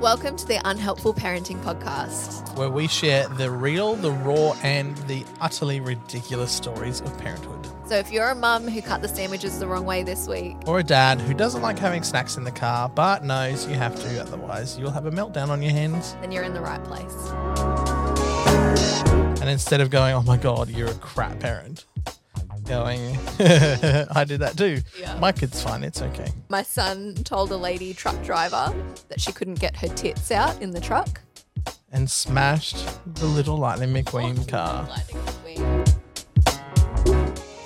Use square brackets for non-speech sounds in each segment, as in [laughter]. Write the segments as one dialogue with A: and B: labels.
A: Welcome to the Unhelpful Parenting Podcast.
B: where we share the real, the raw, and the utterly ridiculous stories of parenthood.
A: So, if you're a mum who cut the sandwiches the wrong way this week,
B: Or a dad who doesn't like having snacks in the car but knows you have to, otherwise, you'll have a meltdown on your hands.
A: then you're in the right place.
B: And instead of going, oh my God, you're a crap parent, going, [laughs] I did that too.
A: Yeah.
B: My kid's fine, it's okay.
A: My son told a lady truck driver that she couldn't get her tits out in the truck.
B: And smashed the little Lightning
A: Oh.
B: McQueen car.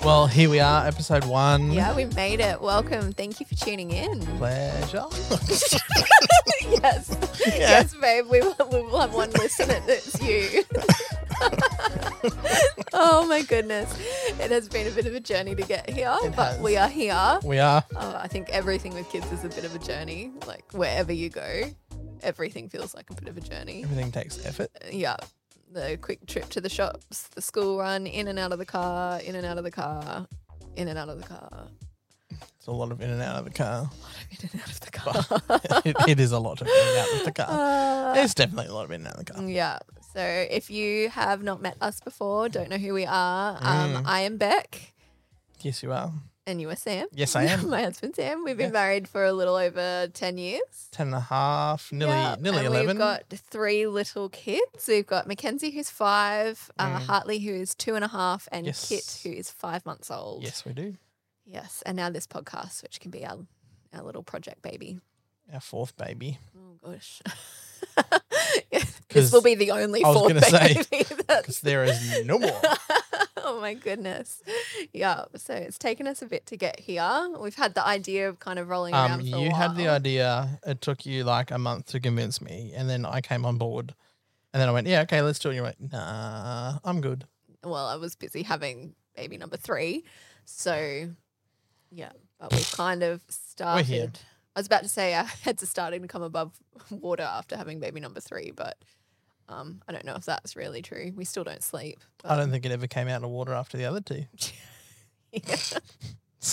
B: Well, here we are, episode one.
A: Yeah, we made it. Welcome. Thank you for tuning in. [laughs]
B: Pleasure. [laughs]
A: yes. Yes, babe. We will, we will have one listener that's you. [laughs] oh my goodness. It has been a bit of a journey to get here,
B: It
A: but
B: has.
A: we are here.
B: we are.
A: Oh, I think everything with kids is a bit of a journey. Like wherever you go, everything feels like a bit of a journey.
B: Everything takes effort.
A: Yeah. The quick trip to the shops, the school run, in and out of the car, in and out of the car, in and out of the car, [laughs]
B: It's a lot of in and out of the car.
A: in and out of the car.
B: [laughs] it, it is a lot of in and out of the car.
A: Uh, mm.
B: There's definitely a lot of in and out of the car.
A: Um, yeah. So if you have not met us before, don't know who we are, um,
B: Mm.
A: I am Beck
B: Yes, you are.
A: and you are Sam.
B: Yes, I
A: [laughs]
B: am.
A: My husband Sam. We've been
B: Yeah.
A: married for a little over 10 years.
B: Ten and a half, nearly,
A: Yeah,
B: nearly
A: and We've
B: eleven.
A: got three little kids. We've got Mackenzie, who's five, uh,
B: Mm.
A: Hartley, who is two and a half, and
B: Yes.
A: Kit, who is five months old.
B: yes, we do.
A: Yes. And now this podcast, which can be our, our little project baby.
B: Our fourth baby.
A: Oh, gosh. [laughs] this will
B: 'Cause
A: be the only
B: I was
A: fourth
B: gonna say,
A: baby. [laughs] that's-
B: Because there is no
A: [laughs]
B: more.
A: oh my goodness. Yeah. So it's taken us a bit to get here. We've had the idea of kind of rolling
B: Um,
A: around. For a
B: you had the
A: while.
B: idea. It took you like a month to convince me, and then I came on board. And then I went, yeah, okay, let's do it. And you went, nah, I'm good.
A: well, I was busy having baby number three. So, yeah, but we've kind of
B: We're
A: started.
B: here.
A: I was about to say [laughs] our heads are starting to come above water after having baby number three, but um, I don't know if that's really true. We still don't sleep. [laughs]
B: I don't think it ever came out of the water after the other two. It's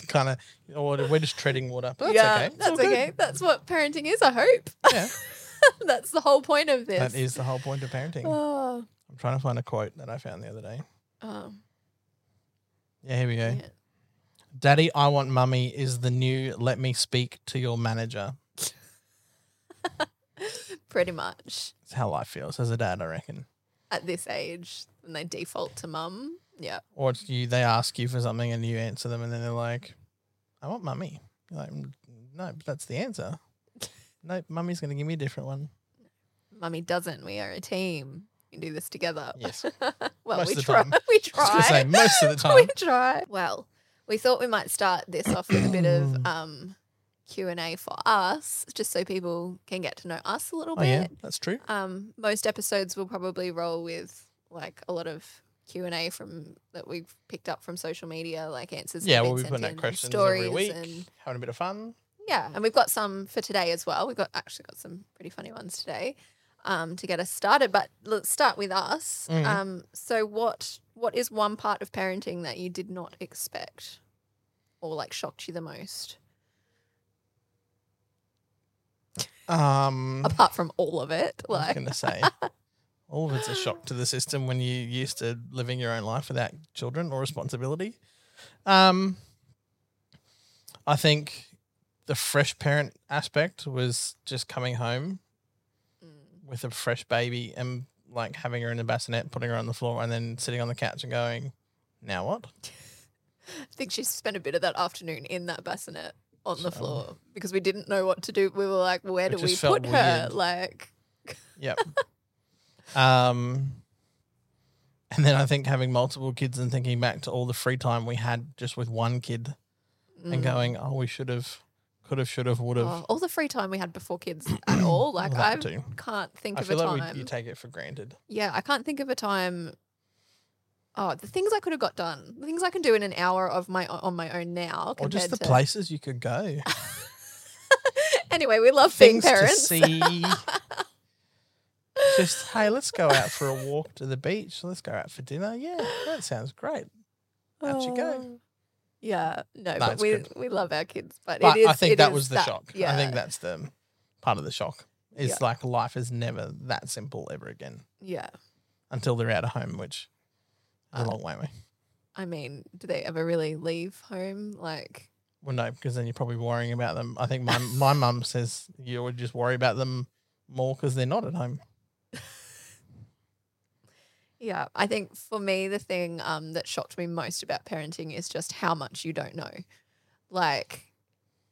B: kind of, or we're just treading water. But that's okay. It's all
A: that's
B: good.
A: okay. That's what parenting is, I hope.
B: Yeah,
A: [laughs] that's the whole point of this.
B: that is the whole point of parenting.
A: Oh,
B: I'm trying to find a quote that I found the other day.
A: um,
B: Yeah, here we go.
A: yeah.
B: Daddy, I want mummy is the new let me speak to your manager.
A: Pretty much
B: It's how life feels as a dad, I reckon.
A: at this age, and they default to mum. Yeah.
B: Or it's you they ask you for something and you answer them and then they're like, I want mummy. You're like, "Mm, no, but that's
A: [laughs]
B: the answer. No, mummy's gonna give me a different one.
A: Mummy doesn't. We are a team. We do this together.
B: Yes.
A: [laughs] well,
B: Most
A: we
B: of the
A: try.
B: time.
A: [laughs] We
B: I was gonna say
A: try.
B: most of
A: [laughs]
B: the
A: we
B: time.
A: try. Well, we thought we might start this off with a bit
B: [clears throat]
A: of um, Q and A for us, just so people can get to know us a little
B: Oh yeah,
A: bit.
B: that's true.
A: Um, most episodes will probably roll with like a lot of Q and A from that we've picked up from social media, like answers. that
B: Yeah,
A: have
B: we'll
A: been
B: be
A: sent
B: putting
A: in,
B: out questions
A: stories
B: every week,
A: and
B: having a bit of fun.
A: yeah, and we've got some for today as well. We've got actually got some pretty funny ones today um, to get us started. But let's start with us.
B: Mhm.
A: Um, so, what what is one part of parenting that you did not expect, or like shocked you the most,
B: Um
A: apart from all of it?
B: I was
A: Like,
B: gonna say. All of it's a shock to the system when you're used to living your own life without children or responsibility. Um, I think the fresh parent aspect was just coming home
A: mm,
B: with a fresh baby and like having her in a bassinet, putting her on the floor, and then sitting on the couch and going, "Now what?"
A: I think she spent a bit of that afternoon in that bassinet on the
B: So-
A: floor because we didn't know what to do. We were like, where do
B: It
A: we
B: just felt
A: put her?
B: weird.
A: Like,
B: Yep. um, and then I think having multiple kids and thinking back to all the free time we had just with one kid.
A: mm.
B: and going, oh, we should have, could have, should have, would have. [clears throat]
A: Oh, all the free time we had before kids at
B: [coughs]
A: all. Like,
B: that
A: I
B: too.
A: can't think
B: I
A: of a
B: feel
A: time.
B: like we, you take it for granted.
A: yeah, I can't think of a time. Oh, the things I could have got done, the things I can do in an hour of my on my own now.
B: Or just
A: compared to,
B: the places you could go.
A: [laughs] Anyway, we love
B: Things
A: being
B: to
A: parents.
B: see.
A: [laughs]
B: just, hey, let's go out for a walk to the beach. Let's go out for dinner. Yeah, that sounds great. Out you go.
A: Oh. Yeah, no,
B: No,
A: but
B: it's
A: we
B: good.
A: we love our kids, but,
B: But
A: it is.
B: I think
A: it
B: that
A: is
B: was the shock. I think that's the part of the shock. It's
A: Yeah.
B: like life is never that simple ever again
A: Yeah.
B: until they're out of home, which is a
A: Uh,
B: long way away.
A: I mean, do they ever really leave home? Like,
B: Well, no, because then you're probably worrying about them. I think my my mum says you would just worry about them more because they're not at home.
A: yeah. I think for me, the thing um, that shocked me most about parenting is just how much you don't know. Like,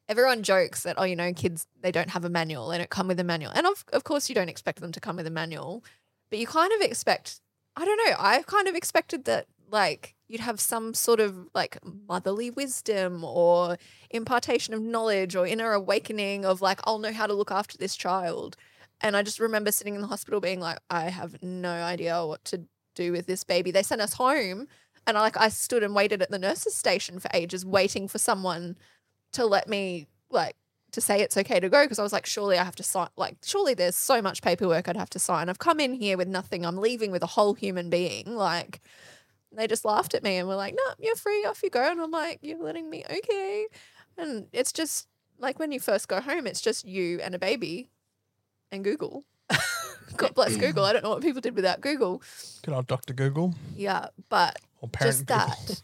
A: everyone jokes that, oh, you know, kids, they don't have a manual, they don't come with a manual. And of, of course, you don't expect them to come with a manual, but you kind of expect, I don't know, I kind of expected that, like, you'd have some sort of like motherly wisdom or impartation of knowledge or inner awakening of, like, I'll know how to look after this child. And I just remember sitting in the hospital being like, I have no idea what to do with this baby. They sent us home. And I, like I stood and waited at the nurse's station for ages, waiting for someone to let me like to say it's okay to go because I was like, surely I have to sign. Like, surely there's so much paperwork I'd have to sign. I've come in here with nothing. I'm leaving with a whole human being. Like, they just laughed at me and were like, "No, you're free. Off you go." And I'm like, "You're letting me? Okay." And it's just like when you first go home, it's just you and a baby, and Google. [laughs] God bless Google. I don't know what people did without Google.
B: Good old Doctor Google
A: Yeah, but
B: or
A: Just
B: parent Google.
A: that.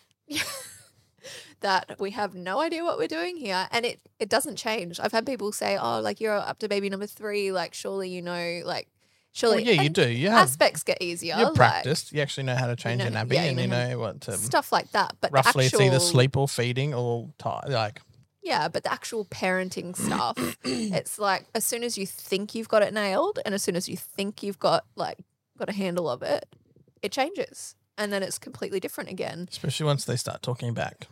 A: that we have no idea what we're doing here and it it doesn't change i've had people say oh like you're up to baby number three like surely you know like
B: Well,
A: [laughs] surely
B: yeah, you
A: and
B: do. You have
A: aspects get easier
B: you're
A: like,
B: practiced. you actually know how to change
A: know-
B: your nappy,
A: yeah, you
B: and you
A: know how
B: know what to
A: stuff like that but the
B: roughly.
A: actual,
B: It's either sleep or feeding or ti like
A: yeah but the actual parenting stuff
B: [clears throat]
A: it's like as soon as you think you've got it nailed and as soon as you think you've got like got a handle of it it changes and then it's completely different again
B: especially once they start talking
A: [laughs]
B: back.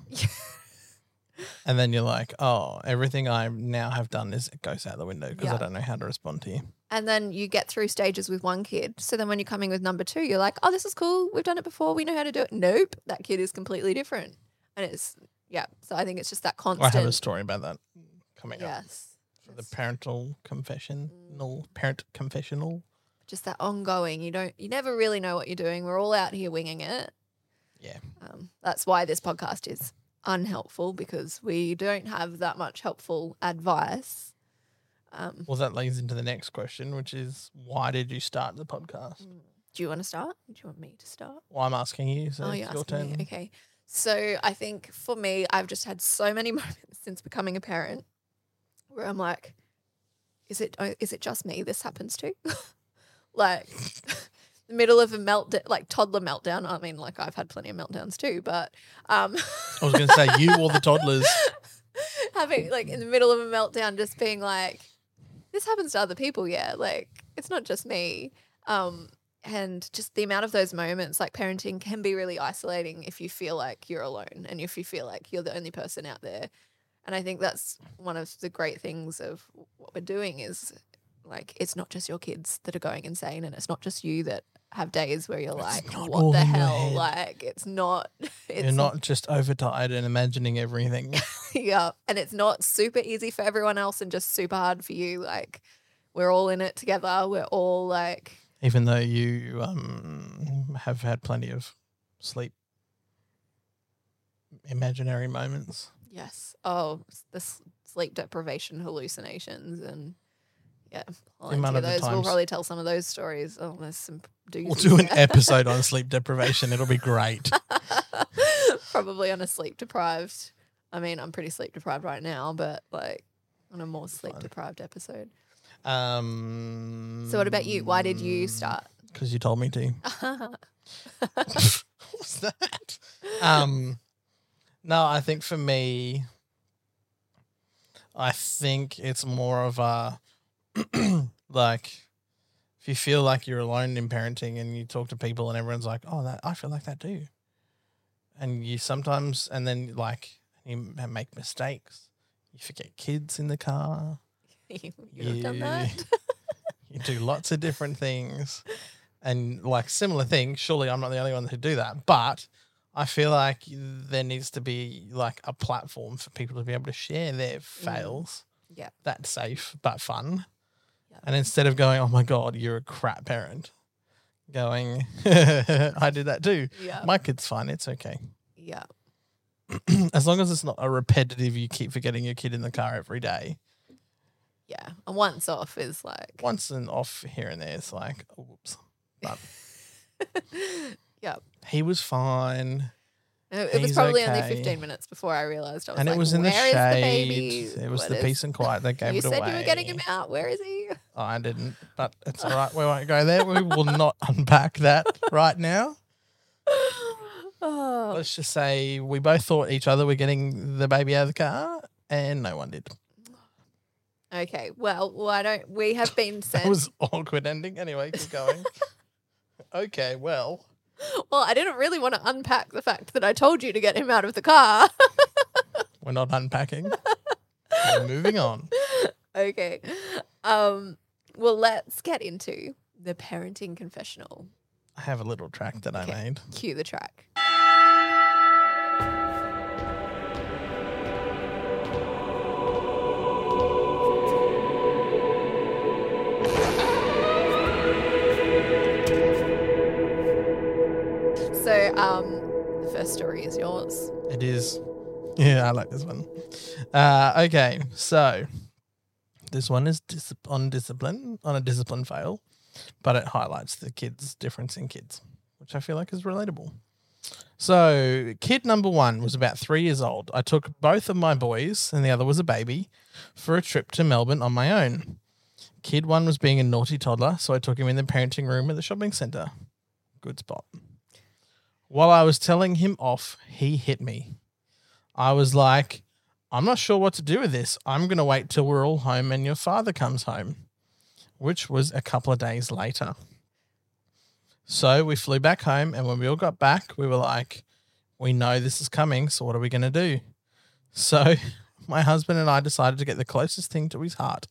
B: and then you're like, oh, everything I now have done is it goes out the window because I
A: Yeah.
B: don't know how to respond to you.
A: And then you get through stages with one kid. So then when you're coming with number two, you're like, oh, this is cool. We've done it before. We know how to do it. Nope. That kid is completely different. And it's, yeah. So I think it's just that
B: I
A: constant.
B: have a story about that coming up.
A: yes.
B: for the parental confessional
A: Mm.
B: parent confessional.
A: Just that ongoing. You don't, you never really know what you're doing. We're all out here winging it.
B: Yeah.
A: Um, that's why this podcast is unhelpful because we don't have that much helpful advice. Um,
B: Well, that leads into the next question, which is why did you start the podcast?
A: Mm. do you want to start? Do you want me to start?
B: Well, I'm asking you, so
A: oh,
B: it's
A: you're
B: your
A: asking
B: turn.
A: me. Okay. So I think for me, I've just had so many [laughs] moments since becoming a parent where I'm like, is it oh, is it just me this happens to? [laughs] like [laughs] the middle of a meltdown, like toddler meltdown. I mean, like I've had plenty of meltdowns too, but um,
B: I was going to say you or
A: [laughs]
B: the toddlers.
A: having like in the middle of a meltdown, just being like, this happens to other people, yeah. Like it's not just me. Um, and just the amount of those moments, like parenting can be really isolating if you feel like you're alone and if you feel like you're the only person out there. And I think that's one of the great things of what we're doing is like it's not just your kids that are going insane and it's not just you that have days where you're like,
B: not
A: what
B: all
A: the
B: in your
A: hell?
B: head.
A: Like it's not [laughs] it's
B: You're not just overtired and
A: [laughs]
B: imagining everything.
A: yeah. And it's not super easy for everyone else and just super hard for you. Like, we're all in it together. We're all like,
B: Even though you um, have had plenty of sleep imaginary moments.
A: yes. Oh, s- the s- sleep deprivation hallucinations. And yeah, plenty
B: amount
A: of
B: of the
A: those. We'll
B: times-
A: probably tell some of those stories. Oh, there's some doozies.
B: We'll do an
A: [laughs] there.
B: episode on sleep deprivation. It'll
A: [laughs]
B: be great.
A: probably on a sleep deprived. I mean, I'm pretty sleep deprived right now, but like on a more sleep deprived episode.
B: Um,
A: So, what about you? Why did you
B: Mm.
A: start? [laughs]
B: Because you told me to. [laughs] What's that? Um, no, I think for me, I think it's more of a [clears throat] like if you feel like you're alone in parenting and you talk to people and everyone's like, "Oh, that I feel like that too," and you sometimes and then like you m- make mistakes, you forget kids in the car,
A: you would have done
B: Yeah.
A: that.
B: you do lots of different things and like similar things surely i'm not the only one who do that but i feel like there needs to be like a platform for people to be able to share their fails
A: Mm. Yeah.
B: that's safe but fun
A: Yeah.
B: and instead of going oh my god you're a crap parent going [laughs] i did that too
A: [laughs] Yeah.
B: my kid's fine it's okay [clears throat]
A: yeah.
B: as long as it's not a repetitive you keep forgetting your kid in the car every day
A: yeah, a once off is like [laughs]
B: Once and off here and there, it's like, oh, whoops.
A: Yep.
B: He was fine.
A: No, It was
B: He's
A: probably only
B: okay.
A: 15 minutes before I realized I was
B: and
A: like,
B: it was in the
A: "Where is
B: shade.
A: baby?
B: it was
A: What
B: the
A: is-"
B: peace and quiet that
A: [laughs]
B: gave
A: You
B: it
A: said
B: away.
A: you were getting him out. Where is he? [laughs]
B: I didn't, but it's all right. We won't go there. We will not unpack that right now.
A: oh,
B: Let's just say we both thought each other were getting the baby out of the car, and no one did. [laughs]
A: okay. Well, why don't we have been
B: [laughs] That
A: sent?
B: was awkward ending. Anyway, keep going. okay, well,
A: [laughs] Well, I didn't really want to unpack the fact that I told you to get him out of the car. [laughs]
B: we're not unpacking. We're moving on.
A: okay. Um, well, let's get into the parenting confessional.
B: I have a little track that
A: Okay.
B: I made.
A: Cue the track. So, um, the first story is yours.
B: It is. Yeah, I like this one. Uh, okay, so this one is dis- on discipline, on a discipline fail, but it highlights the kids' difference in kids, which I feel like is relatable. So, kid number one was about three years old. I took both of my boys, and the other was a baby, for a trip to Melbourne on my own. Kid one was being a naughty toddler, so I took him in the parenting room at the shopping centre. Good spot. While I was telling him off, he hit me. I was like, I'm not sure what to do with this. I'm going to wait till we're all home and your father comes home, which was a couple of days later. So we flew back home, and when we all got back, we were like, we know this is coming, so what are we going to do? So [laughs] my husband and I decided to get the closest thing to his heart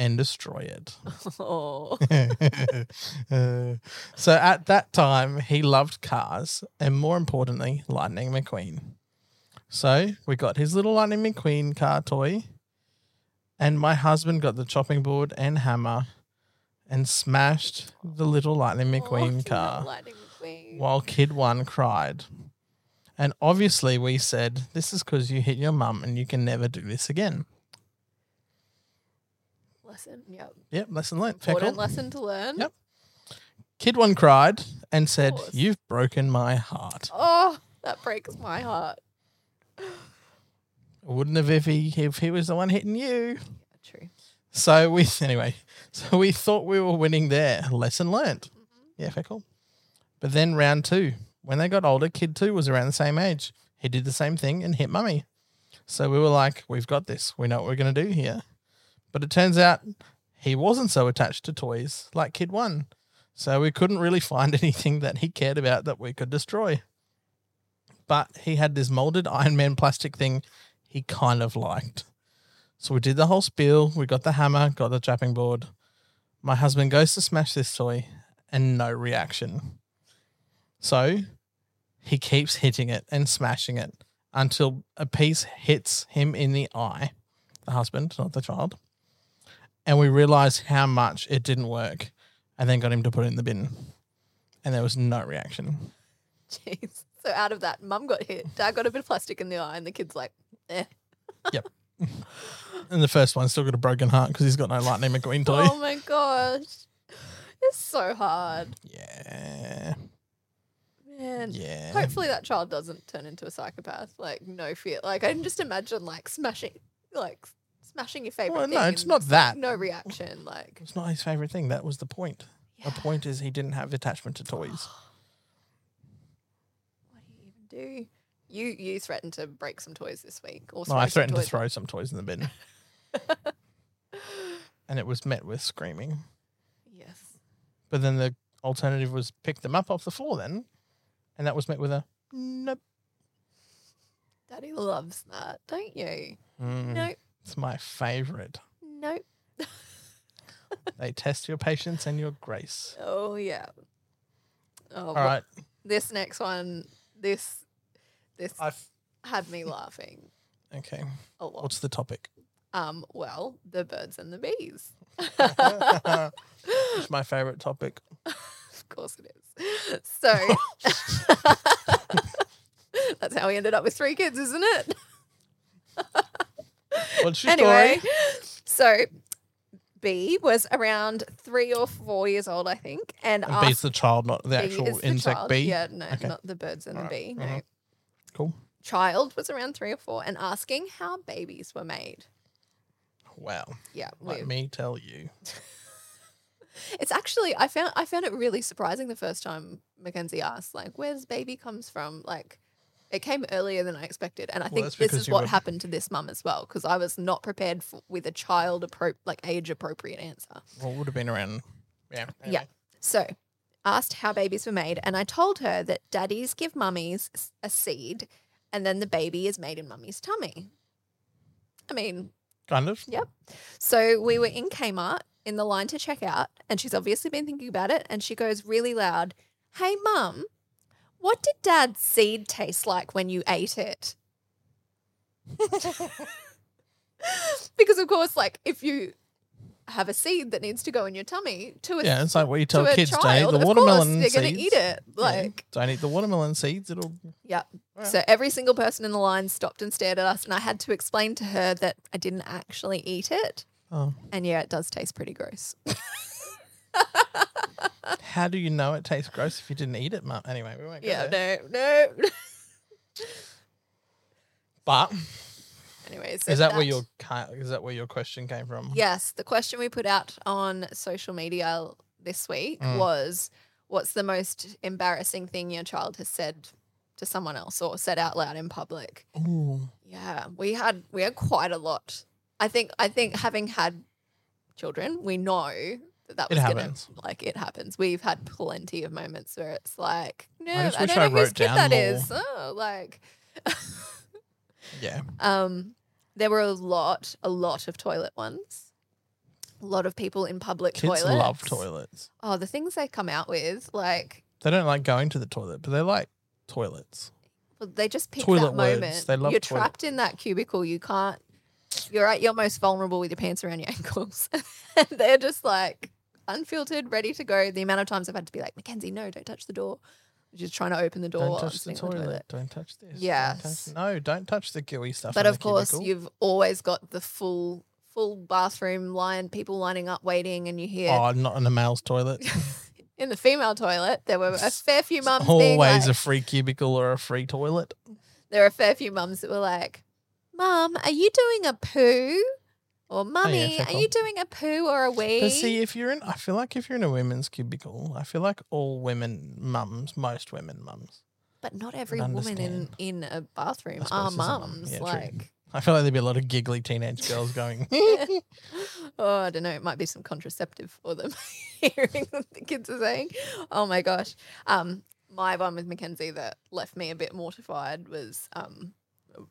B: and destroy it. [laughs]
A: Oh,
B: Uh, [laughs] so at that time, he loved cars and more importantly, Lightning McQueen. So we got his little Lightning McQueen car toy, and my husband got the chopping board and hammer and smashed the little Lightning
A: Oh, [laughs]
B: McQueen car
A: Lightning McQueen.
B: while kid one cried. And obviously, we said, This is because you hit your mum and you can never do this again.
A: Lesson, yep.
B: Yep, lesson learned. Fair
A: Important
B: call.
A: lesson to learn.
B: Yep. Kid one cried and said,
A: course.
B: You've broken my heart.
A: Oh, that breaks my heart.
B: Wouldn't have if he if he was the one hitting you.
A: True.
B: So we [laughs] anyway, so we thought we were winning there. Lesson learned. Yeah, fair call. But then round two, when they got older, kid two was around the same age. He did the same thing and hit mummy. So we were like, we've got this. We know what we're gonna do here. But it turns out he wasn't so attached to toys like kid one. So we couldn't really find [laughs] anything that he cared about that we could destroy. But he had this molded Iron Man plastic thing he kind of liked. So we did the whole spiel. We got the hammer, got the chopping board. My husband goes to smash this toy and no reaction. So he keeps hitting it and smashing it until a piece hits him in the eye, the husband, not the child. And we realized how much it didn't work and then got him to put it in the bin. And there was no reaction.
A: [laughs] Jeez. So out of that, mum got hit, dad got a bit of plastic in the eye, and the kid's
B: [laughs]
A: like, eh.
B: And the first one's still got a broken heart because he's got no Lightning McQueen toy.
A: Oh my gosh. It's so hard.
B: Yeah.
A: Man.
B: Yeah.
A: Hopefully that child doesn't turn into a psychopath. Like, no fear. Like, I can just imagine, like, smashing, like, smashing your favorite
B: Well,
A: thing.
B: no, it's
A: and
B: not that.
A: No reaction. Like,
B: It's not his favorite thing. That was the point.
A: yeah.
B: The point is he didn't have attachment to toys.
A: what do you even do? You you threatened to break some toys this week. Or
B: No, I
A: smash some
B: threatened to
A: Oh, toys.
B: throw some toys in
A: [laughs]
B: the bin. and it was met with screaming.
A: Yes.
B: But then the alternative was pick them up off the floor then. And that was met with a nope.
A: Daddy loves that, don't you?
B: Mm,
A: Nope.
B: It's my favorite.
A: Nope.
B: They test your patience and your grace.
A: Oh yeah. Oh,
B: All
A: wha-
B: right.
A: This next one, this this
B: I've,
A: had me laughing
B: okay.
A: a lot.
B: What's
A: [laughs]
B: the topic?
A: Um, well, the birds and the
B: [laughs]
A: bees.
B: it's my favorite topic.
A: Of course it is.
B: [laughs]
A: So that's how we ended up with three kids, isn't it?
B: What's your
A: anyway, so B was around three or four years old, I think, and,
B: And
A: asked
B: bees the child, not the
A: B
B: actual
A: is the
B: insect
A: child.
B: bee.
A: Yeah, no,
B: Okay.
A: not the birds and
B: Alright,
A: the bee. No,
B: mhm. Cool.
A: child was around three or four, and asking how babies were made.
B: Wow.
A: Yeah,
B: Let
A: weird.
B: me tell you.
A: It's actually I found I found it really surprising the first time Mackenzie asked, like, "Where's baby comes from?" Like, it came earlier than I expected, and I
B: Well,
A: think
B: that's
A: this
B: because
A: is
B: you
A: what
B: were-
A: happened to this mum as well, because I was not prepared for, with a child appro- like age appropriate answer.
B: Well, it would have been around. Yeah.
A: Yeah. So, asked how babies were made, and I told her that daddies give mummies s- a seed, and then the baby is made in mummy's tummy. I mean,
B: Kind of.
A: so we were in Kmart in the line to check out, and she's obviously been thinking about it. And she goes really loud, Hey, mum, what did dad's seed taste like when you ate it? [laughs] because, of course, like if you have a seed that needs to go in your tummy to a,
B: Yeah. It's like what you
A: to
B: tell
A: a
B: kids to eat
A: child,
B: the
A: of
B: watermelon
A: course, they're going
B: seeds.
A: to eat it.
B: Yeah.
A: Like,
B: Don't eat the watermelon seeds. It'll.
A: Yep.
B: Wow.
A: So every single person in the line stopped and stared at us, and I had to explain to her that I didn't actually eat it. [laughs]
B: Oh.
A: And yeah, it does taste pretty gross.
B: How do you know it tastes gross if you didn't eat it, Mum? Anyway, we won't go
A: Yeah,
B: there.
A: [laughs] no, no. [laughs]
B: But
A: Anyways,
B: is that, where your ki- is that where your question came from?
A: yes? The question we put out on social media this week
B: Mm.
A: was, "What's the most embarrassing thing your child has said to someone else or said out loud in public?"
B: Ooh.
A: Yeah, we had we had quite a lot. I think I think having had children, we know that that
B: It
A: was gonna,
B: happens.
A: like it happens. We've had plenty of moments where it's like, no, I,
B: just
A: don't
B: wish
A: know
B: I
A: whose
B: wrote
A: kid
B: down
A: that
B: more.
A: is. Oh, like
B: Yeah.
A: um, there were a lot, a lot of toilet ones. A lot of people in public
B: Kids
A: toilets.
B: love toilets.
A: Oh, the things they come out with, like
B: They don't like going to the toilet, but they like toilets.
A: Well, they just pick
B: Toilet
A: that
B: words.
A: moment.
B: They love
A: you're
B: toilet
A: trapped in that cubicle. You can't. You're at your most vulnerable with your pants around your [laughs] ankles, and they're just like unfiltered, ready to go. The amount of times I've had to be like, Mackenzie, no, don't touch the door. Just trying to open the door.
B: Don't
A: while I'm
B: touch the
A: sitting on
B: toilet. Don't touch this. Don't touch-
A: Yes.
B: no, don't touch the gooey stuff.
A: But
B: in
A: of
B: the
A: course,
B: cubicle.
A: you've always got the full full bathroom line, people lining up waiting, and you hear
B: Oh, not in a
A: [laughs]
B: male's toilet.
A: in the female toilet there were a fair few mums.
B: [laughs] Always
A: being like,
B: a free cubicle or a free toilet.
A: there are a fair few mums that were like, Mum, are you doing a poo? Or Mummy,
B: Oh, fair
A: are you doing a poo or a wee?
B: But see, if you're in, I feel like if you're in a women's cubicle, I feel like all women mums, most women mums,
A: but not every
B: don't
A: woman in,
B: understand.
A: in a bathroom
B: I suppose
A: are
B: she's a mum.
A: mums.
B: Yeah, true.
A: like,
B: I feel like there'd be a lot of giggly teenage
A: [laughs]
B: girls going,
A: oh, I don't know. It might be some contraceptive for them [laughs] hearing what the kids are saying. Oh my gosh. Um, my one with Mackenzie that left me a bit mortified was um,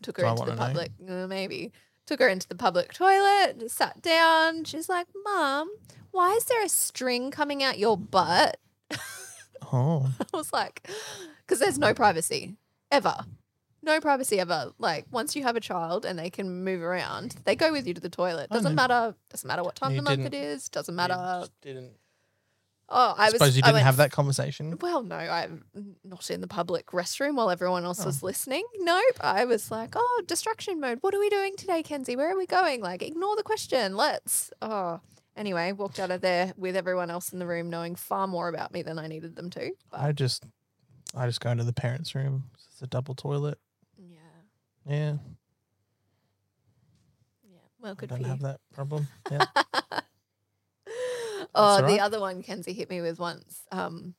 A: took her
B: Do I
A: into the
B: wanna know?
A: public, uh, maybe. Took her into the public toilet, sat down. She's like, Mum, why is there a string coming out your butt?
B: "Oh,
A: [laughs] I was like, because there's no privacy ever. No privacy ever. Like once you have a child and they can move around, they go with you to the toilet.
B: I
A: Doesn't
B: know.
A: matter. Doesn't matter what time
B: Oh, You
A: of the month it
B: didn't-
A: is. Doesn't
B: you
A: matter.
B: just Didn't.
A: Oh, I
B: I
A: was.
B: suppose you
A: I
B: didn't
A: went,
B: have that conversation.
A: Well, no, I'm not in the public restroom while everyone else
B: Oh.
A: was listening. Nope. I was like, oh, distraction mode. What are we doing today, Kenzie? Where are we going? Like, ignore the question. Let's. Oh. Anyway, walked out of there with everyone else in the room knowing far more about me than I needed them to. But
B: I just, I just go into the parents' room. It's a double toilet.
A: yeah.
B: Yeah,
A: Yeah. Well,
B: I
A: good
B: don't
A: for you.
B: have that
A: [laughs]
B: problem. Yeah.
A: Oh, [laughs]
B: all right.
A: Uh, the other one Kenzie hit me with once. Um,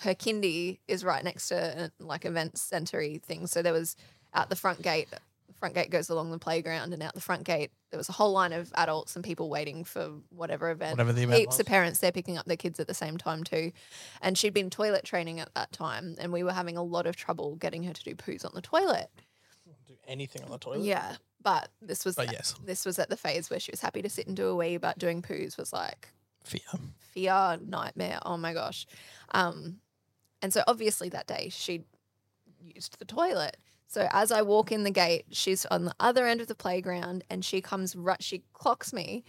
A: her kindy is right next to uh, like event centery thing. So there was out the front gate. The front gate goes along the playground, and out the front gate there was a whole line of adults and people waiting for whatever event.
B: Whatever the event
A: Heaps
B: was.
A: of parents there picking up their kids at the same time too, and she'd been toilet training at that time, and we were having a lot of trouble getting her to do poos on the toilet.
B: Do anything on the toilet.
A: Yeah, but this was
B: But yes,
A: this was at the phase where she was happy to sit and do a wee, but doing poos was like
B: fear.
A: fear nightmare. Oh my gosh. Um, and so obviously that day she used the toilet. So as I walk in the gate, she's on the other end of the playground and she comes ru- she clocks me,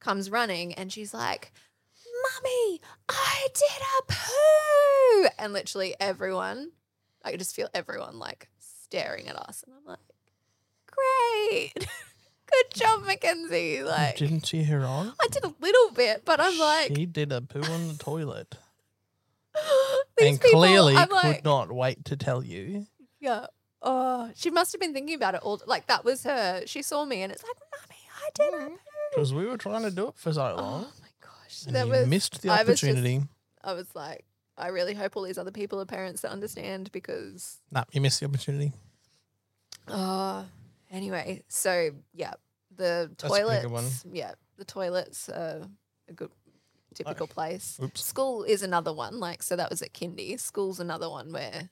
A: comes running and she's like, "Mummy, I did a poo." And literally everyone, I could just feel everyone like staring at us and I'm like, "Great." [laughs] Good job, Mackenzie. Like,
B: Didn't she hear on?
A: I did a little bit, but I'm like,
B: she did a poo on the toilet,
A: [gasps] these
B: and
A: people.
B: clearly
A: I'm
B: could
A: like,
B: not wait to tell you.
A: yeah. Oh, she must have been thinking about it all. Like that was her. She saw me, and it's like, mummy, I did a
B: Mm-hmm.
A: poo."
B: Because we were trying to do it for so long,
A: Oh my gosh,
B: and
A: that
B: you
A: was.
B: missed the
A: I was just-
B: opportunity.
A: I was like, I really hope all these other people are parents that understand because.
B: Nah, you missed the opportunity. [laughs]
A: Oh, anyway, so yeah, the
B: That's a pretty
A: toilets.
B: good one.
A: Yeah, the toilets are a good typical place.
B: Oh, Oops.
A: School is another one. Like, so that was at kindy. School's another one where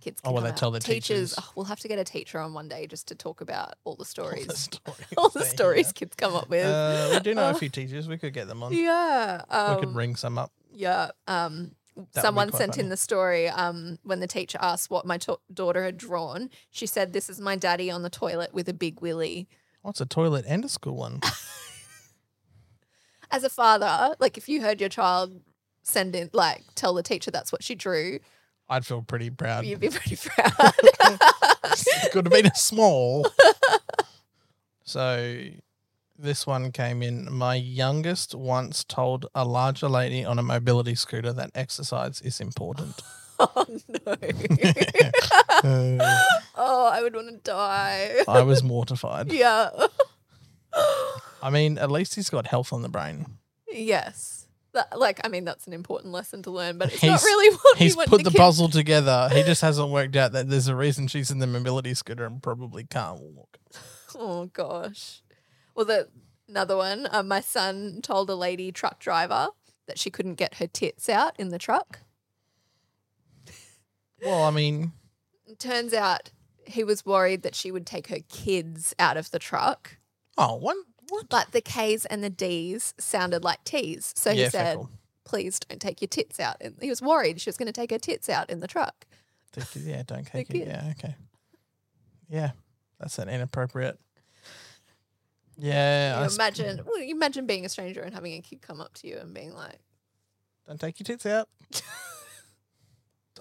A: kids.
B: Oh,
A: Can
B: well,
A: come
B: they
A: out.
B: tell their teachers.
A: oh, we'll have to get a teacher on one day just to talk about all the stories,
B: All the stories.
A: [laughs] all the
B: [laughs] they
A: stories
B: hear.
A: kids come up with.
B: Uh, we do know a
A: Oh. [laughs]
B: few teachers. We could get them on.
A: yeah, um,
B: we could ring some up.
A: yeah. Um,
B: be
A: someone
B: quite
A: sent
B: funny.
A: in the story um, when the teacher asked what my to- daughter had drawn. She said, "This is my daddy on the toilet with a big willy."
B: What's a toilet and a
A: [laughs]
B: school one?
A: As a father, like if you heard your child send in, like tell the teacher that's what she drew,
B: I'd feel pretty proud. [laughs]
A: you'd be pretty proud. [laughs]
B: could have been a small. so this one came in. My youngest once told a larger lady on a mobility scooter that exercise
A: [laughs]
B: is important. [laughs]
A: oh no!
B: Uh,
A: oh, I would want to die. [laughs]
B: I was mortified.
A: yeah.
B: I mean, at least he's got health on the
A: [laughs]
B: brain.
A: yes. That, like, I mean, that's an important lesson to learn, but it's not
B: He's-
A: really what
B: He's
A: you want
B: put
A: the
B: the
A: kid-
B: puzzle together. He just hasn't worked out that there's a reason she's in the mobility scooter and probably can't walk.
A: Oh gosh. Well, the another one. Uh, my son told a lady truck driver that she couldn't get her tits out in the truck.
B: Well, I mean,
A: Turns out he was worried that she would take her kids out of the truck,
B: oh, what? What?
A: but the K's and the D's sounded like T's, so he
B: Yeah,
A: said,
B: fecal.
A: "Please don't take your tits out." And he was worried she was going to take her tits out in the truck.
B: Take it- Yeah, don't take
A: Take
B: it. Yeah, okay. Yeah, that's an inappropriate. Yeah,
A: Can
B: I
A: you
B: s-
A: imagine, well, you imagine being a stranger and having a kid come up to you and being like,
B: don't take your
A: [laughs]
B: tits out.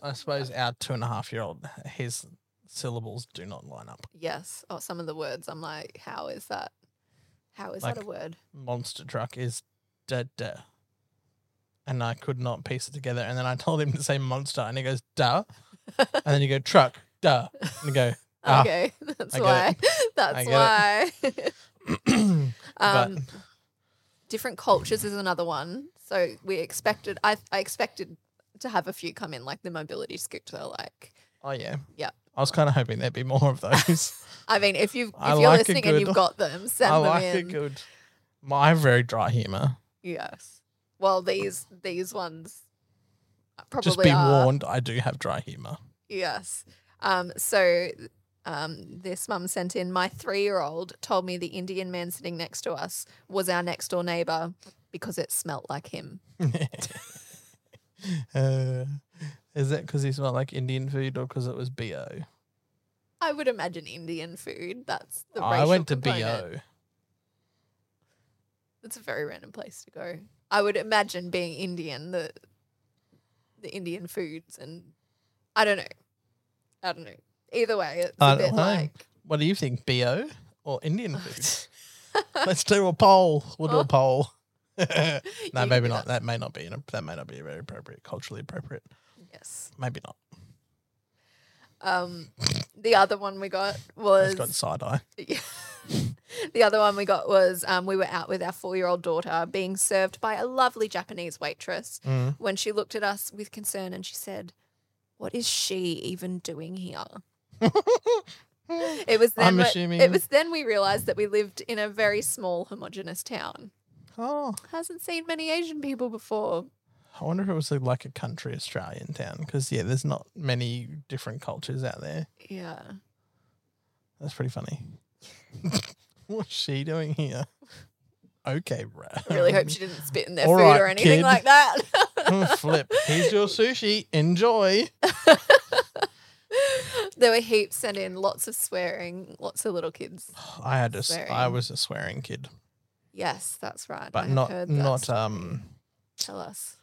B: I suppose our two and a half year old, his syllables do not line up.
A: "Yes," or some of the words. I'm like, "How is that? How is that
B: Like-
A: a word?"
B: Monster truck is da da. And I could not piece it together. And then I told him to say monster, and he goes
A: [laughs]
B: da. and then you go truck da, and you go. [clears throat] Ah.
A: Okay, [laughs] that's
B: I get
A: why. [laughs]
B: I
A: That's why.
B: get [laughs] But-
A: um, different cultures is another one. So we expected. I I expected to have a few come in, like the mobility scooter. Like,
B: Oh yeah.
A: Yep.
B: I was kind of hoping there'd be more
A: [laughs]
B: of those.
A: I mean, if you if
B: I
A: you're
B: like a
A: listening
B: good-
A: and you've got them, send
B: [laughs] I
A: them
B: like
A: in.
B: a good. My I have very dry humor.
A: Yes. Well, these these ones probably
B: Just be
A: are.
B: warned, I do have dry humor. [laughs]
A: Yes. Um, so um, this mum sent in my three year old told me the Indian man sitting next to us was our next door neighbor because it smelt like him.
B: uh, is that because he smelled like Indian food or because it was bo?
A: I would imagine Indian food. That's the
B: I
A: racial
B: went to
A: component.
B: bo.
A: That's a very random place to go. I would imagine being Indian, the the Indian foods, and I don't know. I don't know. Either way, it's
B: I
A: a
B: don't
A: bit
B: know.
A: like
B: What do you think, bo or Indian food? Let's do a poll. We'll do a
A: Oh.
B: poll. [laughs]
A: [laughs]
B: no,
A: can
B: maybe
A: do
B: not. That may not be an, that may not be very appropriate, culturally appropriate.
A: yes.
B: Maybe not.
A: Um, the other one we got
B: It's
A: was
B: got side eye.
A: [laughs] The other one we got was um, we were out with our four year old daughter being served by a lovely Japanese waitress
B: Mm.
A: when she looked at us with concern and she said, What is she even doing here? It was then
B: I'm
A: we-
B: assuming-
A: it was then we realized that we lived in a very small homogenous town.
B: Oh,
A: Hasn't seen many Asian people before.
B: I wonder if it was like a country Australian town because yeah, there's not many different cultures out there.
A: Yeah.
B: That's pretty funny. [laughs] What's she doing here? Okay, right.
A: I really hope she didn't spit in their
B: Um, All
A: food
B: right,
A: or anything
B: kid.
A: like that.
B: [laughs]
A: [laughs]
B: flip. Here's your sushi. Enjoy.
A: [sighs] there were heaps sent in, lots of swearing, lots of little kids.
B: I had a s- I
A: Swearing.
B: was a swearing kid,
A: Yes, that's right. I
B: but
A: have
B: not
A: heard that
B: not
A: story.
B: um.
A: tell us.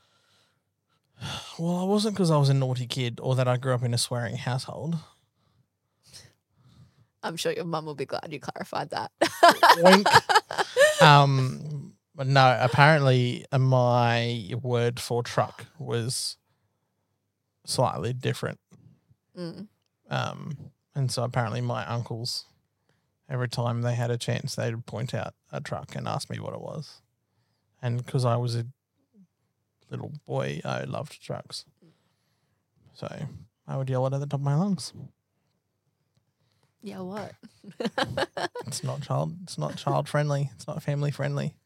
B: Well, I wasn't because I was a naughty kid or that I grew up in a swearing household.
A: I'm sure your mum will be glad you clarified that.
B: Wink. Um, but no, apparently uh, my word for truck was slightly different.
A: [laughs] Mm.
B: Um, and so apparently my uncles, every time they had a chance, they'd point out a truck and ask me what it was. And because I was a little boy, I loved trucks. So I would yell it at the top of my lungs.
A: Yeah, what?
B: It's not child. It's not child friendly. It's not family friendly.
A: [laughs]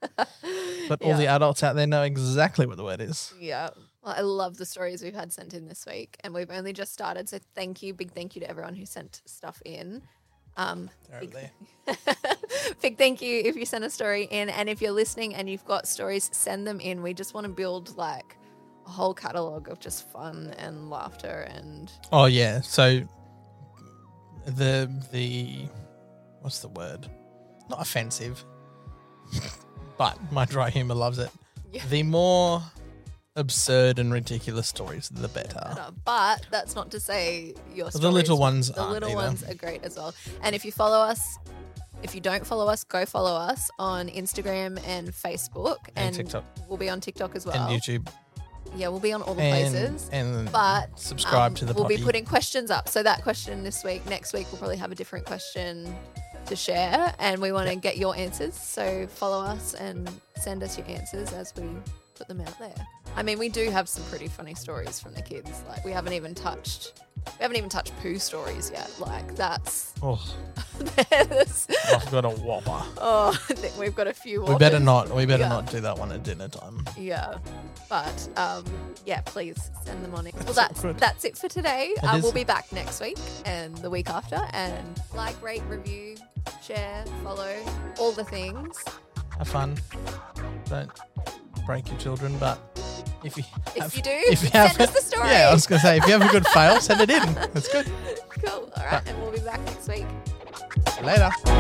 B: But all
A: yeah.
B: the adults out there know exactly what the word is.
A: Yeah. Well, I love the stories we've had sent in this week, and we've only just started. So thank you, big thank you to everyone who sent stuff in. Um,
B: They're over there.
A: [laughs] big thank you if you sent a story in, and if you're listening and you've got stories, send them in. We just want to build like a whole catalog of just fun and laughter and
B: Oh yeah. So the the what's the word? Not offensive, but my dry humor loves it.
A: Yeah.
B: The more absurd and ridiculous stories, the better.
A: better. But that's not to say your
B: Oh. the little
A: stories-
B: ones
A: The
B: aren't
A: little
B: either.
A: ones are great as well. And if you follow us, if you don't follow us, go follow us on Instagram and Facebook
B: And TikTok.
A: We'll be on TikTok as well.
B: and YouTube
A: Yeah, we'll be on all the
B: and
A: places.
B: and
A: But
B: subscribe
A: um,
B: to the
A: We'll be
B: potty.
A: putting questions up. So that question this week, next week we'll probably have a different question to share and we want to get your answers. So follow us and send us your answers as we put them out there. I mean, we do have some pretty funny stories from the kids. Like we haven't even touched we haven't even touched poo stories yet. Like that's
B: oh,
A: there's-
B: I've got a whopper.
A: [laughs] oh, I think we've got a few.
B: We better
A: waters.
B: not. We better
A: Yeah.
B: not do that one at dinner time.
A: Yeah. But um, yeah, please send them on it. Well, that's
B: awkward.
A: that's it for today.
B: It
A: Uh,
B: is.
A: we'll be back next week and the week after. And like, rate, review, share, follow, all the things.
B: have fun. Don't break your children, but if you
A: If
B: have-
A: you do,
B: if you
A: send
B: have-
A: us the story.
B: yeah, I was gonna say if you have a good fail, send it in. That's good.
A: Cool. All right, and we'll be back next week.
B: Later.